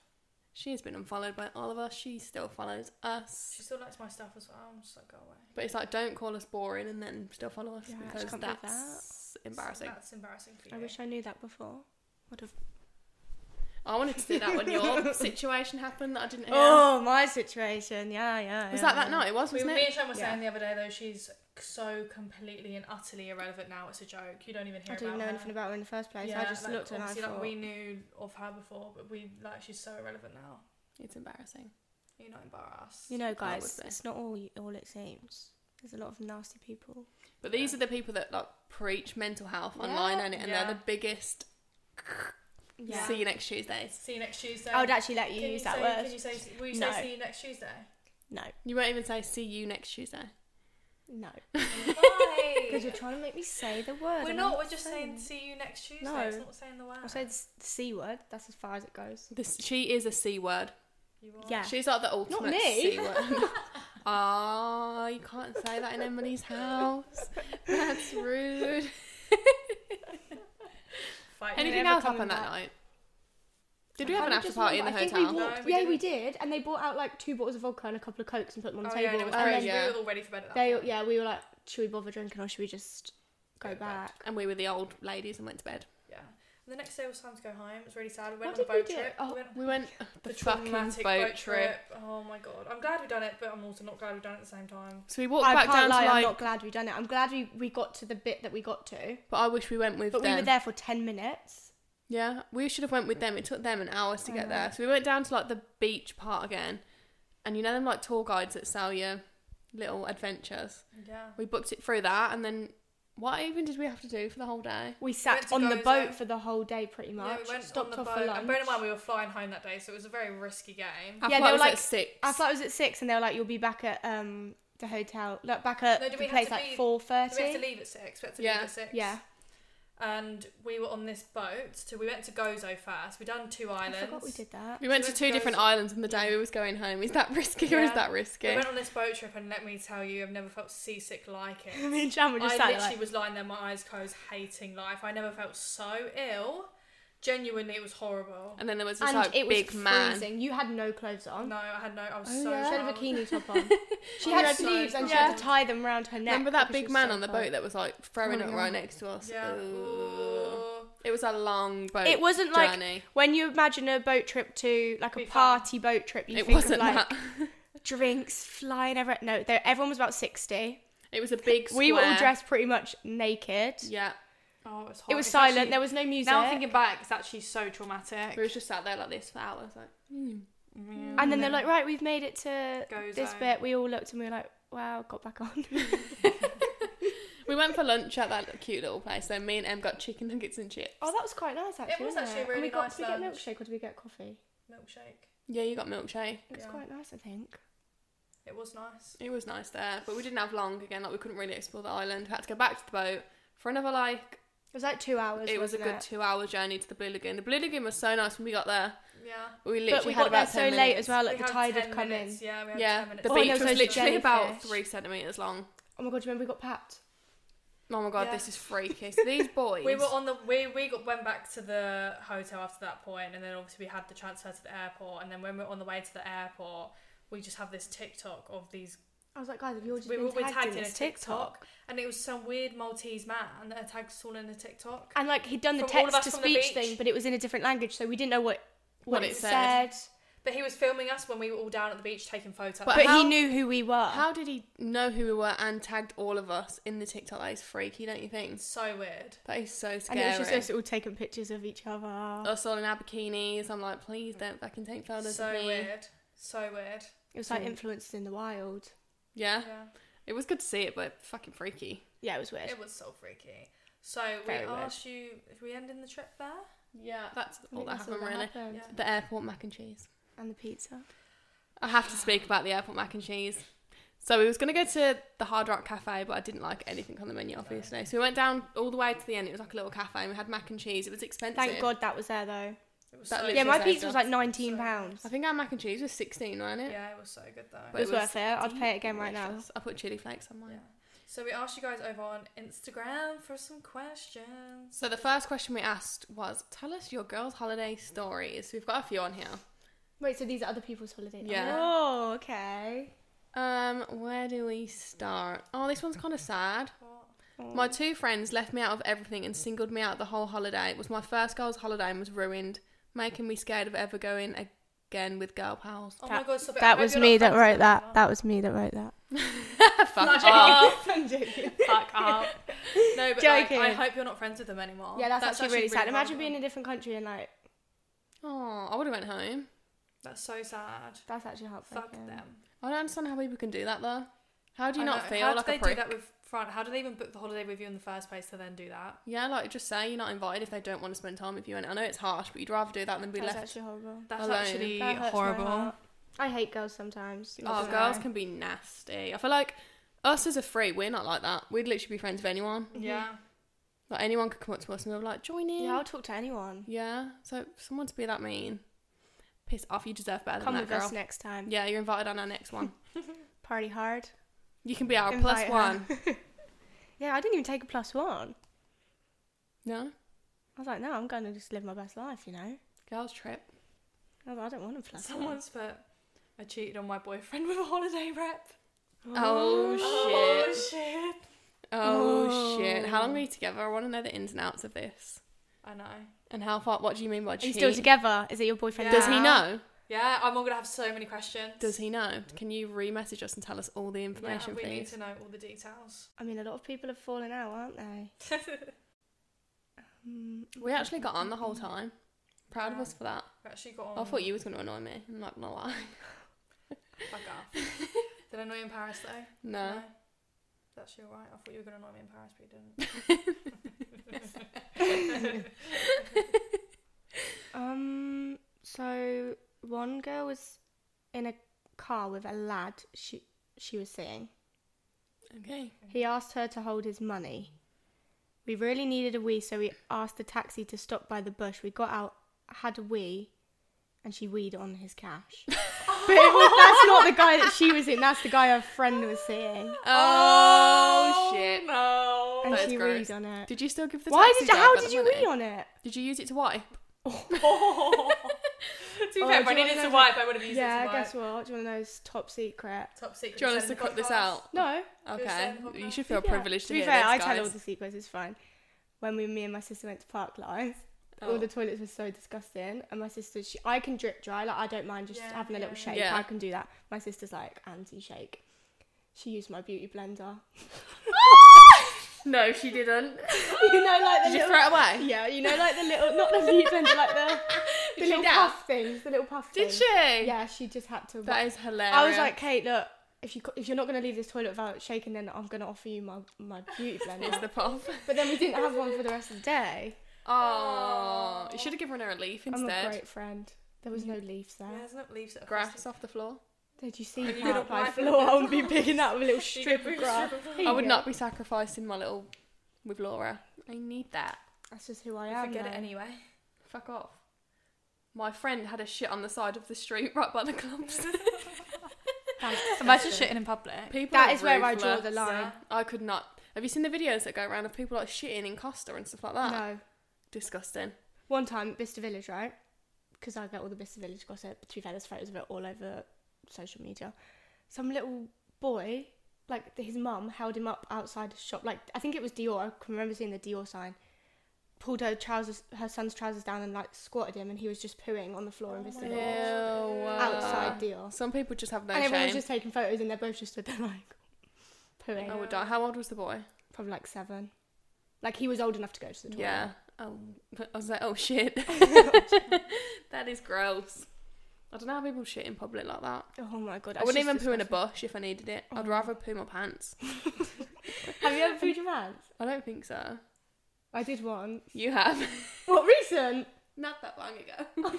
She has been unfollowed by Oliver. She still follows us,
She still likes my stuff as well. I'm just like, go away.
but it's like, don't call us boring and then still follow us
Yeah, I just
because
can't believe
that's embarrassing.
That's embarrassing for you.
I wish I knew that before. What have
I wanted to do that when your situation happened that I didn't hear.
Oh, my situation. Yeah, yeah.
was
yeah,
that that
yeah.
night? It was,
We,
wasn't
me
it?
and Sean were
Yeah.
saying the other day though, she's so completely and utterly irrelevant now. It's a joke. You don't even hear
I didn't
about
know
her.
anything about her in the first place. I just
like,
looked and I
obviously,
thought,
like we knew of her before, but we like she's so irrelevant now.
It's embarrassing.
You're not embarrassed.
you know,
would
guys,
be.
it's not all you- all it seems. There's a lot of nasty people.
But these are the people that like preach mental health online, and and
Yeah.
they're the biggest.
Yeah.
See you next Tuesdays.
see you next Tuesday.
I would actually let you
Can
use
you
that
say,
word.
Can you say? Will you
No.
say see you next Tuesday?
No,
You won't even say see you next Tuesday.
no, because
Why?
you're trying to make me say the word.
we're
and
not.
I'm
We're just saying
it.
see you next Tuesday.
No.
It's not saying the word.
I said s- the c word. That's as far as it goes.
This she is a c word.
You are.
Yeah.
She's like the ultimate
me.
c word. Ah, you can't say that in Emily's house. That's rude.
Fight
Any-
me.
Anything
never
else
coming
happened that
back.
night? Did we have
I
an
can't
after
just
party in the
remember. I
hotel?
Think we
No,
walked-
we
yeah,
didn't.
we did, and they brought out like two bottles of vodka and a couple of cokes and put them on
Oh
the
yeah,
table.
and it was
Oh,
and
crazy.
then
yeah.
We were all ready for bed at that.
they,
point.
yeah, we were like, should we bother drinking or should we just go
Go back.
back?
And we were the old ladies and went to bed.
Yeah. And the next day was time to go home. It was really sad. We
What
went on
did
a boat
we do?
trip. we
Oh,
went
We went the,
the
fucking boat,
traumatic
trip.
boat, trip. Oh my god. I'm glad we done it, but I'm also not glad we done it at the same time.
So we walked
I
back down
can't lie,
to
I'm
like,
not glad we done it. I'm glad we, we got to the bit that we got to.
but I wish we went with
But
them.
we were there for 10 minutes.
Yeah, we should have went with them. It took them an hour to
I
get
know.
there. So we went down to like the beach part again, and you know them like tour guides that sell you little adventures.
Yeah.
We booked it through that, and then what even did we have to do for the whole day?
We
went
sat
to
on the
Gozo.
boat for the whole day pretty much.
Yeah, we went
Stopped
on the boat.
off for
And
lunch. Oh,
bear in mind, we were flying home that day, so it was a very risky game.
Our
Yeah,
flight
they were
was
like-
at six.
I thought it was at 6 and they were like, you'll be back at um the hotel. Look, back at
No, do we
the
have
place
to
like
be- We had to
4.30.
leave at six. We had to
Yeah.
leave at six.
Yeah.
And we were on this boat. So we went to Gozo first. We done two
I
islands.
forgot we did that.
we went
we
to
went
two
to
different
Gozo.
islands on the day we was going home. Is that risky or is
Yeah.
that risky?
We went on this boat trip, and let me tell you, I've never felt seasick like it.
Me and Jan were just
I
sat
literally
there like,
was lying there, my eyes closed, hating life. I never felt so ill. Genuinely, it was horrible.
and then there was this
and
like
it was
big man.
freezing. You had no clothes on.
No, I had no. I was
Oh,
so.
yeah.
She had a
cold.
bikini top on. She
I
had
was so
sleeves and she
cold.
had to tie them round her neck.
Remember that
because she
big
was
man
so
on the
cold.
boat that was like throwing
Oh,
up
yeah.
right next to us?
Yeah.
Ooh.
Ooh.
It was a long boat.
It wasn't like-
journey.
When you imagine a boat trip to like a
Be fun.
party boat trip, you
it
think
wasn't
of like
that.
drinks flying everywhere. No, they- everyone was about sixty.
It was a big.
We were all
square.
dressed pretty much naked.
Yeah,
Oh, it was. Horrible.
It was silent. there was no music.
now thinking back, it's actually so traumatic.
we was just sat there like this for hours. Like,
Mm.
and then they're like, right, we've made it to
Gozo.
this bit. We all looked and we were like, wow, got back on.
we went for lunch at that cute little place. Then me and Em got chicken nuggets and chips.
oh, that was quite nice actually.
was
wasn't
actually a
and we
really
got,
nice
Did we
lunch.
get milkshake or did we get coffee?
milkshake.
Yeah, you got milkshake.
It was
Yeah.
quite nice, I think.
It was nice.
It was nice there, but we didn't have long. Again, like we couldn't really explore the island. We had to go back to the boat for another like.
It was like two hours.
it was a
wasn't
good two-hour journey to the Blue Lagoon. The Blue Lagoon was so nice when we got there.
Yeah.
We literally
But we
had
got there
about
so
10
late
minutes.
as well. Like
We
the
had
tide
10
had come
minutes.
in.
Yeah, we had
Yeah,
10 minutes.
the
Oh, and
beach
there
was
was those
literally about
jellyfish.
three centimeters long.
Oh my god, do you remember we got papped?
Oh my god,
Yeah.
this is freaky. So these boys,
We were on the we we got, went back to the hotel after that point, and then obviously we had the transfer to the airport. And then when we were on the way to the airport, we just have this TikTok of these.
I was like, guys, have you all just
We
been
were we
tagged,
tagged
in
a
this TikTok?
TikTok, and it was some weird Maltese man that had tagged us all in a TikTok.
And like he'd done the
From all of
text
us
to
from the
speech
beach.
thing, but it was in a different language, so we didn't know what what,
What
it,
it
said.
said.
But he was filming us when we were all down at the beach taking photos.
But
But,
how-
he knew who we were.
How did he know who we were and tagged all of us in the TikTok? That is freaky, don't you think?
it's so weird.
That is so
and
scary.
it was just us all taking pictures of each other.
us all in our bikinis. I'm like, please don't fucking take
Oh,
photos
so
of me.
weird. So weird.
It was like
Mm.
influences in the wild.
Yeah.
Yeah.
it was good to see it, but fucking freaky.
Yeah, it was weird.
It was so freaky. So
Very
we
weird.
asked you if we ending the trip there.
Yeah, that's
I
all
think
that
that's all
happened really.
happened.
Yeah.
The airport mac and cheese.
And the pizza.
I have to speak about the airport mac and cheese. So we was gonna go to the Hard Rock Cafe, but I didn't like anything on the menu, obviously. So we went down all the way to the end. It was like a little cafe, and we had mac and cheese. It was expensive.
Thank God that was there though.
It was
That
so
literally
yeah, my
was
pizza
there,
was like
so-
nineteen
so-
pounds.
I think our mac and cheese was sixteen, wasn't it?
Yeah, it was so good though.
But
It was worth it. I'd pay it again right now.
delicious. I put chili flakes on mine.
Yeah. So we asked you guys over on Instagram for some questions.
So the first question we asked was, "Tell us your girls' holiday stories." We've got a few on here.
Wait, so these are other people's holidays?
Yeah.
Oh, okay.
Um, where do we start? Oh, this one's kind of sad.
What?
My two friends left me out of everything and singled me out the whole holiday. It was my first girls' holiday and was ruined, making me scared of ever going again with girl pals.
Oh my
That-
god, stop it. I
That
hope
was
you're
me
not
that
friends
wrote
with
that.
her.
That was me that wrote that.
Oh.
Fuck.
Not
Oh,
I'm joking.
fuck up.
No, but like,
Joking.
I hope you're not friends with them anymore.
Yeah, that's, actually, really sad. Imagine
horrible.
being in a different country and like
Oh, I would have went home.
That's so sad.
that's actually
Fuck
heartbreaking.
them.
I don't understand how people can do that though. How do you
I
not
know.
feel
How
like
do they
a prick?
do that with front? How do they even book the holiday with you in the first place to then do that?
Yeah, like just say you're not invited if they don't want to spend time with you. And I know it's harsh, but you'd rather do that than be
That's
left.
actually horrible.
That's
Alone.
actually
That hurts my
horrible.
heart. Mm-hmm. I hate girls sometimes.
Oh,
Not
girls
gonna
can be nasty. I feel like us as a free, we're not like that. We'd literally be friends with anyone.
Yeah.
Like anyone could come up to us and they're like, join
lie.
in.
Yeah, I'll talk to anyone.
Yeah, so for someone to be that mean, piss off. You deserve better
Come
than
with
that girl.
us next time.
Yeah, you're invited on our next one.
Party hard.
You can be our
Invite
plus
her.
one.
Yeah, I didn't even take a plus one.
No,
I was like, no, I'm going to just live my best life, you know.
girls trip.
I, was like, I don't want a plus one.
Someone's put. I cheated on my boyfriend with a holiday rep.
Oh,
Oh
shit.
shit!
Oh, shit. How long were you together? I want to know the ins and outs of this.
I know.
And how far? What do you mean by
Are you
cheat?
still together? Is it your boyfriend?
Does he
now?
know?
Yeah, I'm all gonna have so many questions.
Does he know? Can you re-message us and tell us all the
Yeah,
information,
we need
please?
to know all the details.
I mean, a lot of people have fallen out, aren't they? Mm,
We actually got on the whole time. Proud of
Yeah.
us for that.
We actually got
Oh.
on.
I thought you was going to annoy me. I'm not going to lie.
Fuck off. Did I annoy you in Paris though?
No.
That's actually alright. I thought you were gonna annoy me in Paris, but you didn't.
Um. So one girl was in a car with a lad she she was seeing.
Okay.
He asked her to hold his money. We really needed a wee, so we asked the taxi to stop by the bush. We got out, had a wee, and she weed on his cash. but it was, that's not the guy that she was in. That's the guy her friend was seeing,
Oh, shit.
no.
and
That is
she
gross.
weed on it.
Did you still give the
Why
taxi
did you, how
driver
did
the
you
money?
wee on it?
Did you use it to wipe?
to be
Oh,
fair, if
do
I
you
needed
wanna
to
know-
wipe, I would have used it
yeah, I
to wipe.
guess what? Do you want to know? It's top secret.
Top secret.
Do you want us
said
to
in the
cut this
podcast.
out?
No,
Who's
Okay.
saying what
You
now?
should feel
Yeah.
privileged to,
be
hear
fair,
this,
I
guys.
tell all the secrets. It's fine. When we, me and my sister went to Park Life,
Oh.
all the toilets were so disgusting, and my sister, she, I can drip dry. Like I don't mind just
Yeah,
having a little
yeah,
shake.
yeah.
I can do that. My sister's like anti shake. She used my beauty blender.
No, she didn't.
you know, like the
Did you
little,
throw it away?
yeah, you know, like the little, not the beauty blender, like the the
she
little
dab?
puff things, the little puff.
Did
things.
she?
Yeah, she just had to.
That is hilarious.
I was like, Kate, look. If you co- if you're not gonna leave this toilet without shaking, then I'm gonna offer you my, my beauty
it's the
blender.
puff.
but then we didn't have one for the rest of the day.
Oh, you should have given her a leaf
I'm a
instead.
great friend. There was no leaves there.
Yeah, there's not leaves that are
Grass off the floor.
Did you see
And you
that
couldn't
by
wipe it
floor?
with
I would be picking up a little
You
strip
could
of
be
grass.
strip of
Here
I
you
would
go.
not be sacrificing my little with Laura. I need that.
That's just who I
grass.
am.
Forget it
though.
anyway.
Fuck off. My friend had a shit on the side of the street right by the clubs.
That's
Imagine
disgusting.
shitting in public.
People
That
are
is where I draw
ruthless.
the line.
I could not. Have you seen the videos that go around of people like shitting in Costa and stuff like that?
No.
Disgusting.
One time, at Bicester Village, right? Because I get all the Bicester Village gossip. But to be fair, there's photos of it all over social media. Some little boy, like th- his mum, held him up outside the shop. Like I think it was Dior. I can remember seeing the Dior sign. Pulled her trousers, her son's trousers down, and like squatted him, and he was just pooing on the floor in
Oh my
Bicester
God.
Ew.
Village outside Dior.
Some people just have no
and everyone
shame.
was just taking photos, and they're both just stood there like pooing.
I would die. How old was the boy?
Probably like seven. Like he was old enough to go to the toilet.
Yeah. Oh, I was like, oh shit. that is gross. I don't know how people shit in public like that.
Oh my god.
I wouldn't even
that's
poo in a
just
bush if I needed it. I'd
Oh.
rather poo my pants.
disgusting. Have you ever pooed your pants?
I don't think so.
I did once.
You have.
What recent?
Not that long ago.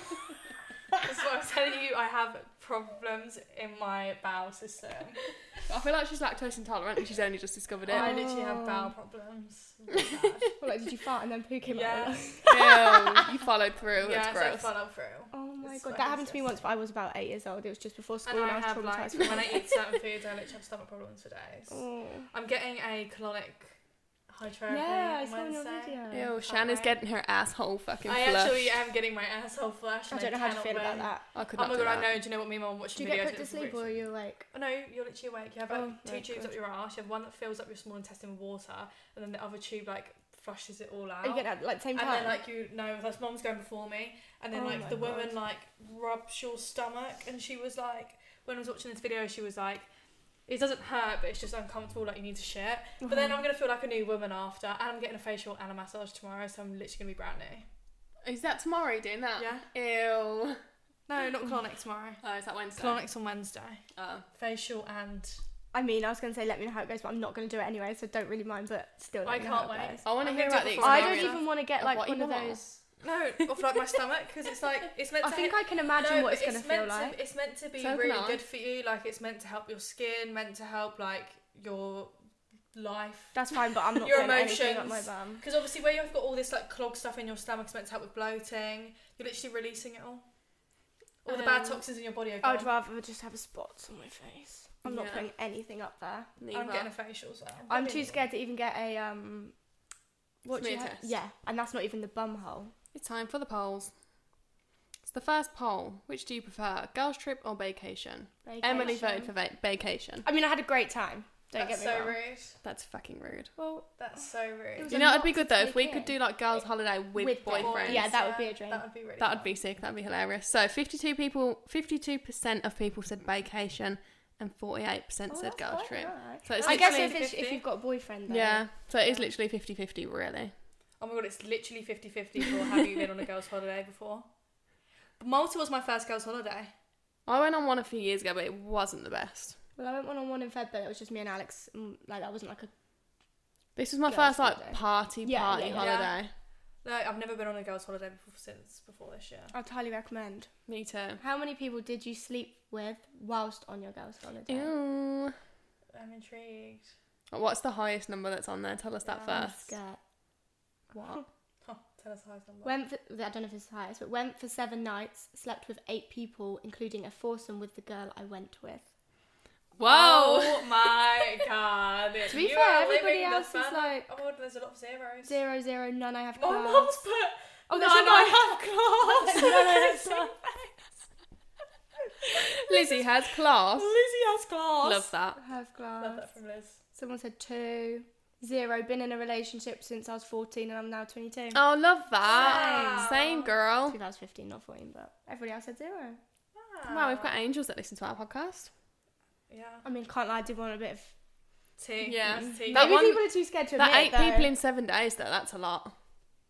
That's what I'm telling you. I have problems in my bowel system.
I feel like she's lactose intolerant and she's only just discovered
I
Oh,
it.
literally have bowel problems. Really bad.
Well, like did you fart and then poo came out?
yeah,
Ew, you followed through.
yeah,
That's
so I
gross.
follow through.
Oh my
It's
god,
fucking
that happened to me once, but I was about eight years old. It was just before school,
And I
and, I
have
was
like
traumatized. Mm.
when I eat certain foods, I literally have stomach problems for days.
oh.
I'm getting a colonic high therapy.
Yeah, I saw
Wednesday.
your video.
Ew, Shanna's
Alright.
getting her asshole fucking
I
flushed.
actually
um,
am getting my asshole flushed.
I
and
don't know how to
cannot
feel about
wait.
that.
I could
Oh
not
my
do
god, I
that.
know. Do you know what me and mum watched?
Do you
videos
get put
and
to
it's
sleep
brutal.
or are you like?
Oh, No, you're literally awake. You have like
Oh,
two
right,
tubes
good.
up your arse. You have one that fills up your small intestine with water, and then the other tube like flushes it all out.
Are you getting out like same
and
time?
then like you know, like mom's going before me, and then
Oh
like
my
the woman
God.
like rubs your stomach, and she was like, when I was watching this video, she was like. It doesn't hurt, but it's just uncomfortable. Like you need to shit. But
Uh-huh.
then I'm gonna feel like a new woman after, and I'm getting a facial and a massage tomorrow, so I'm literally gonna be brand new.
Is that tomorrow you're doing
Uh,
that?
Yeah.
Ew.
No, not Clonic tomorrow.
Oh, is that Wednesday?
Clonics on Wednesday.
Oh.
Facial and
I mean, I was gonna say let me know how it goes, but I'm not gonna do it anyway, so don't really mind. But still, let
I
me know
can't
how it
wait.
goes.
I want to
I'm
hear
gonna
about
do
the
it
I
Sorry.
don't
experience.
even want to get
Of
like
what
one
you
of
want.
those.
no, off like my stomach because it's like it's meant
I
to.
think I can imagine
no,
what
but
it's gonna
meant
feel like.
To, it's meant to be
So can
really
I.
good for you. Like it's meant to help your skin, meant to help like your life.
That's fine, but I'm not
Your
feeling anything up my
emotions.
bum.
Because obviously, where you've got all this like clogged stuff in your stomach, it's meant to help with bloating. You're literally releasing it all. All the bad
Um,
toxins in your body are
I'd
gone.
rather just have a spot on my face. I'm not
Yeah.
putting anything up there.
I'm
Neither.
getting a facial as well.
I'm too scared to even get a um. What do you
Smear
have?
test.
Yeah, and that's not even the bum hole.
It's time for the polls. It's the first poll. Which do you prefer, girls' trip or vacation? Emily voted for va- vacation.
I mean, I had a great time. Don't
That's
get me
so
wrong.
rude.
That's fucking rude.
Well,
That's so
It
rude.
was
You
a
know, it'd
lot
be
to
good though if we
take
could
in.
do like girls' holiday with,
With boys.
boyfriends.
Yeah, that would be a dream.
That would be really.
That would
fun.
be sick. That'd be hilarious. So, fifty-two people, fifty-two percent of people said vacation, and forty-eight percent
Oh,
said
that's
girls'
quite
trip.
alright.
So it's
I guess
literally
if, it's,
50.
if you've got a boyfriend, then
Yeah. So it is
Yeah.
literally 50-50 really.
Oh my god, it's literally 50 50 for have you been on a girls' holiday before? Malta was my first girls' holiday.
I went on one a few years ago, but it wasn't the best.
Well, I went one on one in Feb, but it was just me and Alex. mm, Like that wasn't like a.
This was my
Girls'
first like
holiday.
party
Yeah,
party
yeah, yeah.
holiday.
No, I've never been on a girls' holiday before, since before this year.
I'd highly recommend.
Me too.
How many people did you sleep with whilst on your girls' holiday?
Ew.
I'm intrigued.
What's the highest number that's on there? Tell us that
I'm
first.
scared.
What?
Oh, tell us the highest number.
Went for, I don't know if it's the highest, but went for seven nights, slept with eight people, including a foursome with the girl I went with.
Whoa!
Oh my god.
To be
You
fair,
are
everybody
living the
else is
fun-
like-
Oh, there's a lot of zeros.
Zero, zero, none I have
My
class.
mum's put.
Oh,
no,
there's your
no, I have class.
none I have class.
Lizzie has class.
Lizzie has class.
Love that.
have
Love
class.
that from Liz.
Someone said two. Zero, been in a relationship since I was 14 and I'm now 22.
Oh, love that.
Wow.
Same girl.
Actually, that was 15, not 14, but everybody else said zero.
Wow, we've got angels that listen to our podcast.
Ah. Yeah.
I mean, can't lie, I did want a bit of.
T.
Yeah.
It's T.
That
Maybe
one-
people are too scared to admit
That eight
it, though.
people in seven days, though, that's a lot.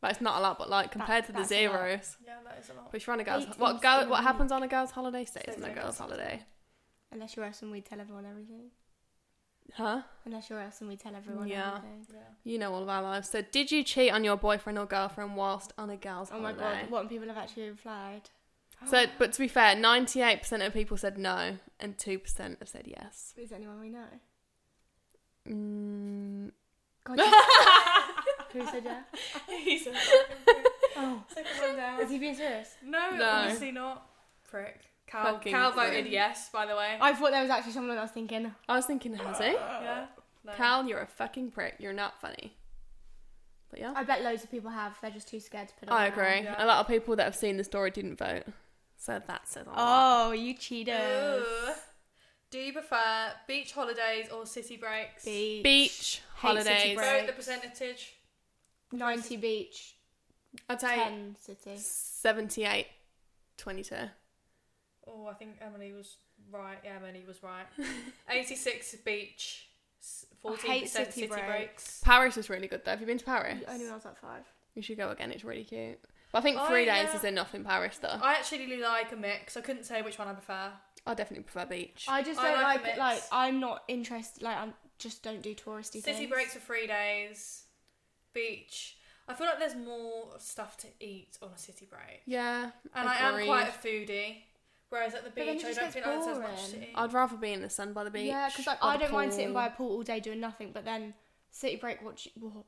But it's not a lot, but like compared to the
that's a lot.
zeros,
Yeah, that is a lot.
which run a girl's
Eight in
what girl
seven
what happens on a girl's holiday stays
Stays
on a
on a
girl's
girl's
holiday,
Unless you're us and we tell everyone everything.
huh?
Unless you're us and we tell everyone
Yeah.
everything.
Yeah.
You know all of our lives. So, did you cheat on your boyfriend or girlfriend whilst on a girl's
Oh my
holiday?
god, what people have actually replied. Oh.
So, but to be fair, ninety-eight percent of people said no, and two percent have said yes.
Is anyone we know?
Mm,
God, who said yeah?
He's a
Oh,
second one down.
has he been serious?
No,
No.
honestly not. Prick. Cal,
Fucking
Cal
prick.
voted yes, by the way.
I thought there was actually someone I was thinking.
I was thinking, has he?
yeah.
Oh.
No.
Cal, you're a fucking prick. You're not funny. But yeah,
I bet loads of people have. They're just too scared to put. it
I
out there.
agree.
Yeah.
A lot of people that have seen the story didn't vote, so that says a lot.
Oh, you cheaters!
Ooh. Do you prefer beach holidays or city breaks?
Beach.
Beach holidays.
break.
Vote the percentage.
Ninety beach.
I'd say
Ten city.
78, 22.
Oh, I think Emily was right. Yeah, Emily was right. 86 beach, s- 14%
city
city,
breaks.
breaks.
Paris is really good though. Have you been to Paris?
Only when I was like five.
You should go again. It's really cute. But I think
Oh,
three days
yeah.
is enough in Paris though.
I actually really like a mix. I couldn't say which one I prefer.
I definitely prefer beach.
I just
I
don't
like
like,
a
it.
mix.
Like I'm not interested. Like I'm just don't do touristy
City
things.
breaks are three days. Beach. I feel like there's more stuff to eat on a city break.
yeah,
And I am quite
agreed.
a foodie. Whereas at the
then
beach,
it
I
just
don't
gets
feel like there's as much to
boring.
eat.
I'd rather be in the sun by the beach.
Yeah, because like
or
I
the
don't mind sitting
pool.
by a pool all day doing nothing, but then city break watch. Well,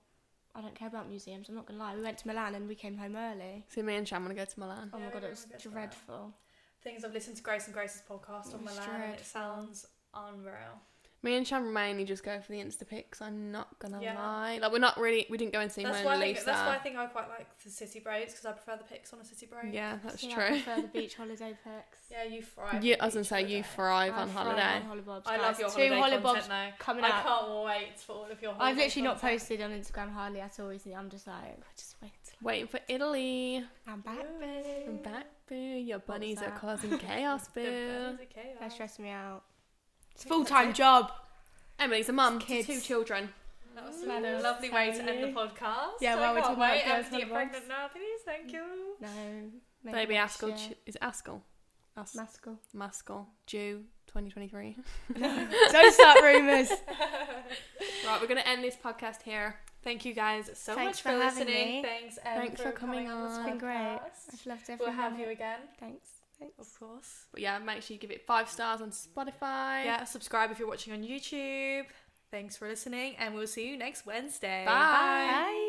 I don't care about museums. I'm not gonna lie. We went to Milan and we came home early.
See, me and Sham want to go to Milan.
Oh
Yeah,
my god,
everyone
it was
gets that.
dreadful.
Things I've listened to Grace and Grace's podcast on
It's
Milan, and it
dreadful.
sounds unreal.
Me and Shan mainly just go for the Insta pics. I'm not gonna
Yeah.
lie. Like we're not really. We didn't go and see
That's
Mona
why, I think,
Lisa.
that's why I think I quite like the city breaks because I prefer the pics on a city break.
yeah, that's
See, I
true.
prefer the beach holiday pics.
Yeah, you thrive.
You,
on
I was gonna
beach
say you
holiday.
thrive
I
on
thrive
holiday.
on Hollybobs,
I love
guys.
your
Two
holiday
Hollybobs
content now.
coming
I
out.
can't wait for all of your.
I've
holiday
literally not
content.
posted on Instagram hardly at all recently. I'm just like, I just wait. till
Waiting for Italy.
I'm back.
I'm
Ooh.
back, boo. Your
was
bunnies are
that?
causing chaos,
Good
boo.
days, okay,
That
uh,
stressed me out. It's
Yeah,
full time job.
Emily's a mum to
Kids.
two children.
That was
Mm.
a lovely way to end the podcast.
Yeah,
I
while we're
can't
talking about
wait. Em,
girls'
do you get
holidays.
pregnant now, please. Thank you.
No.
Baby
next
Askell.
year.
Ch- is it Askell? As-
Maskell.
Maskell. Jew. 2023.
Don't start rumours. Mm.
right, we're gonna end this podcast here.
Thank you guys so
Thanks
much for,
for having
listening.
me.
Thanks, Em,
Thanks for coming on.
this
It's
been great.
podcast.
I've loved everything.
We'll have you again,
Thanks. Thanks.
of course.
But yeah, make sure you give it five stars on Spotify.
Yeah, subscribe if you're watching on YouTube. Thanks for listening, and we'll see you next Wednesday.
Bye.
Bye.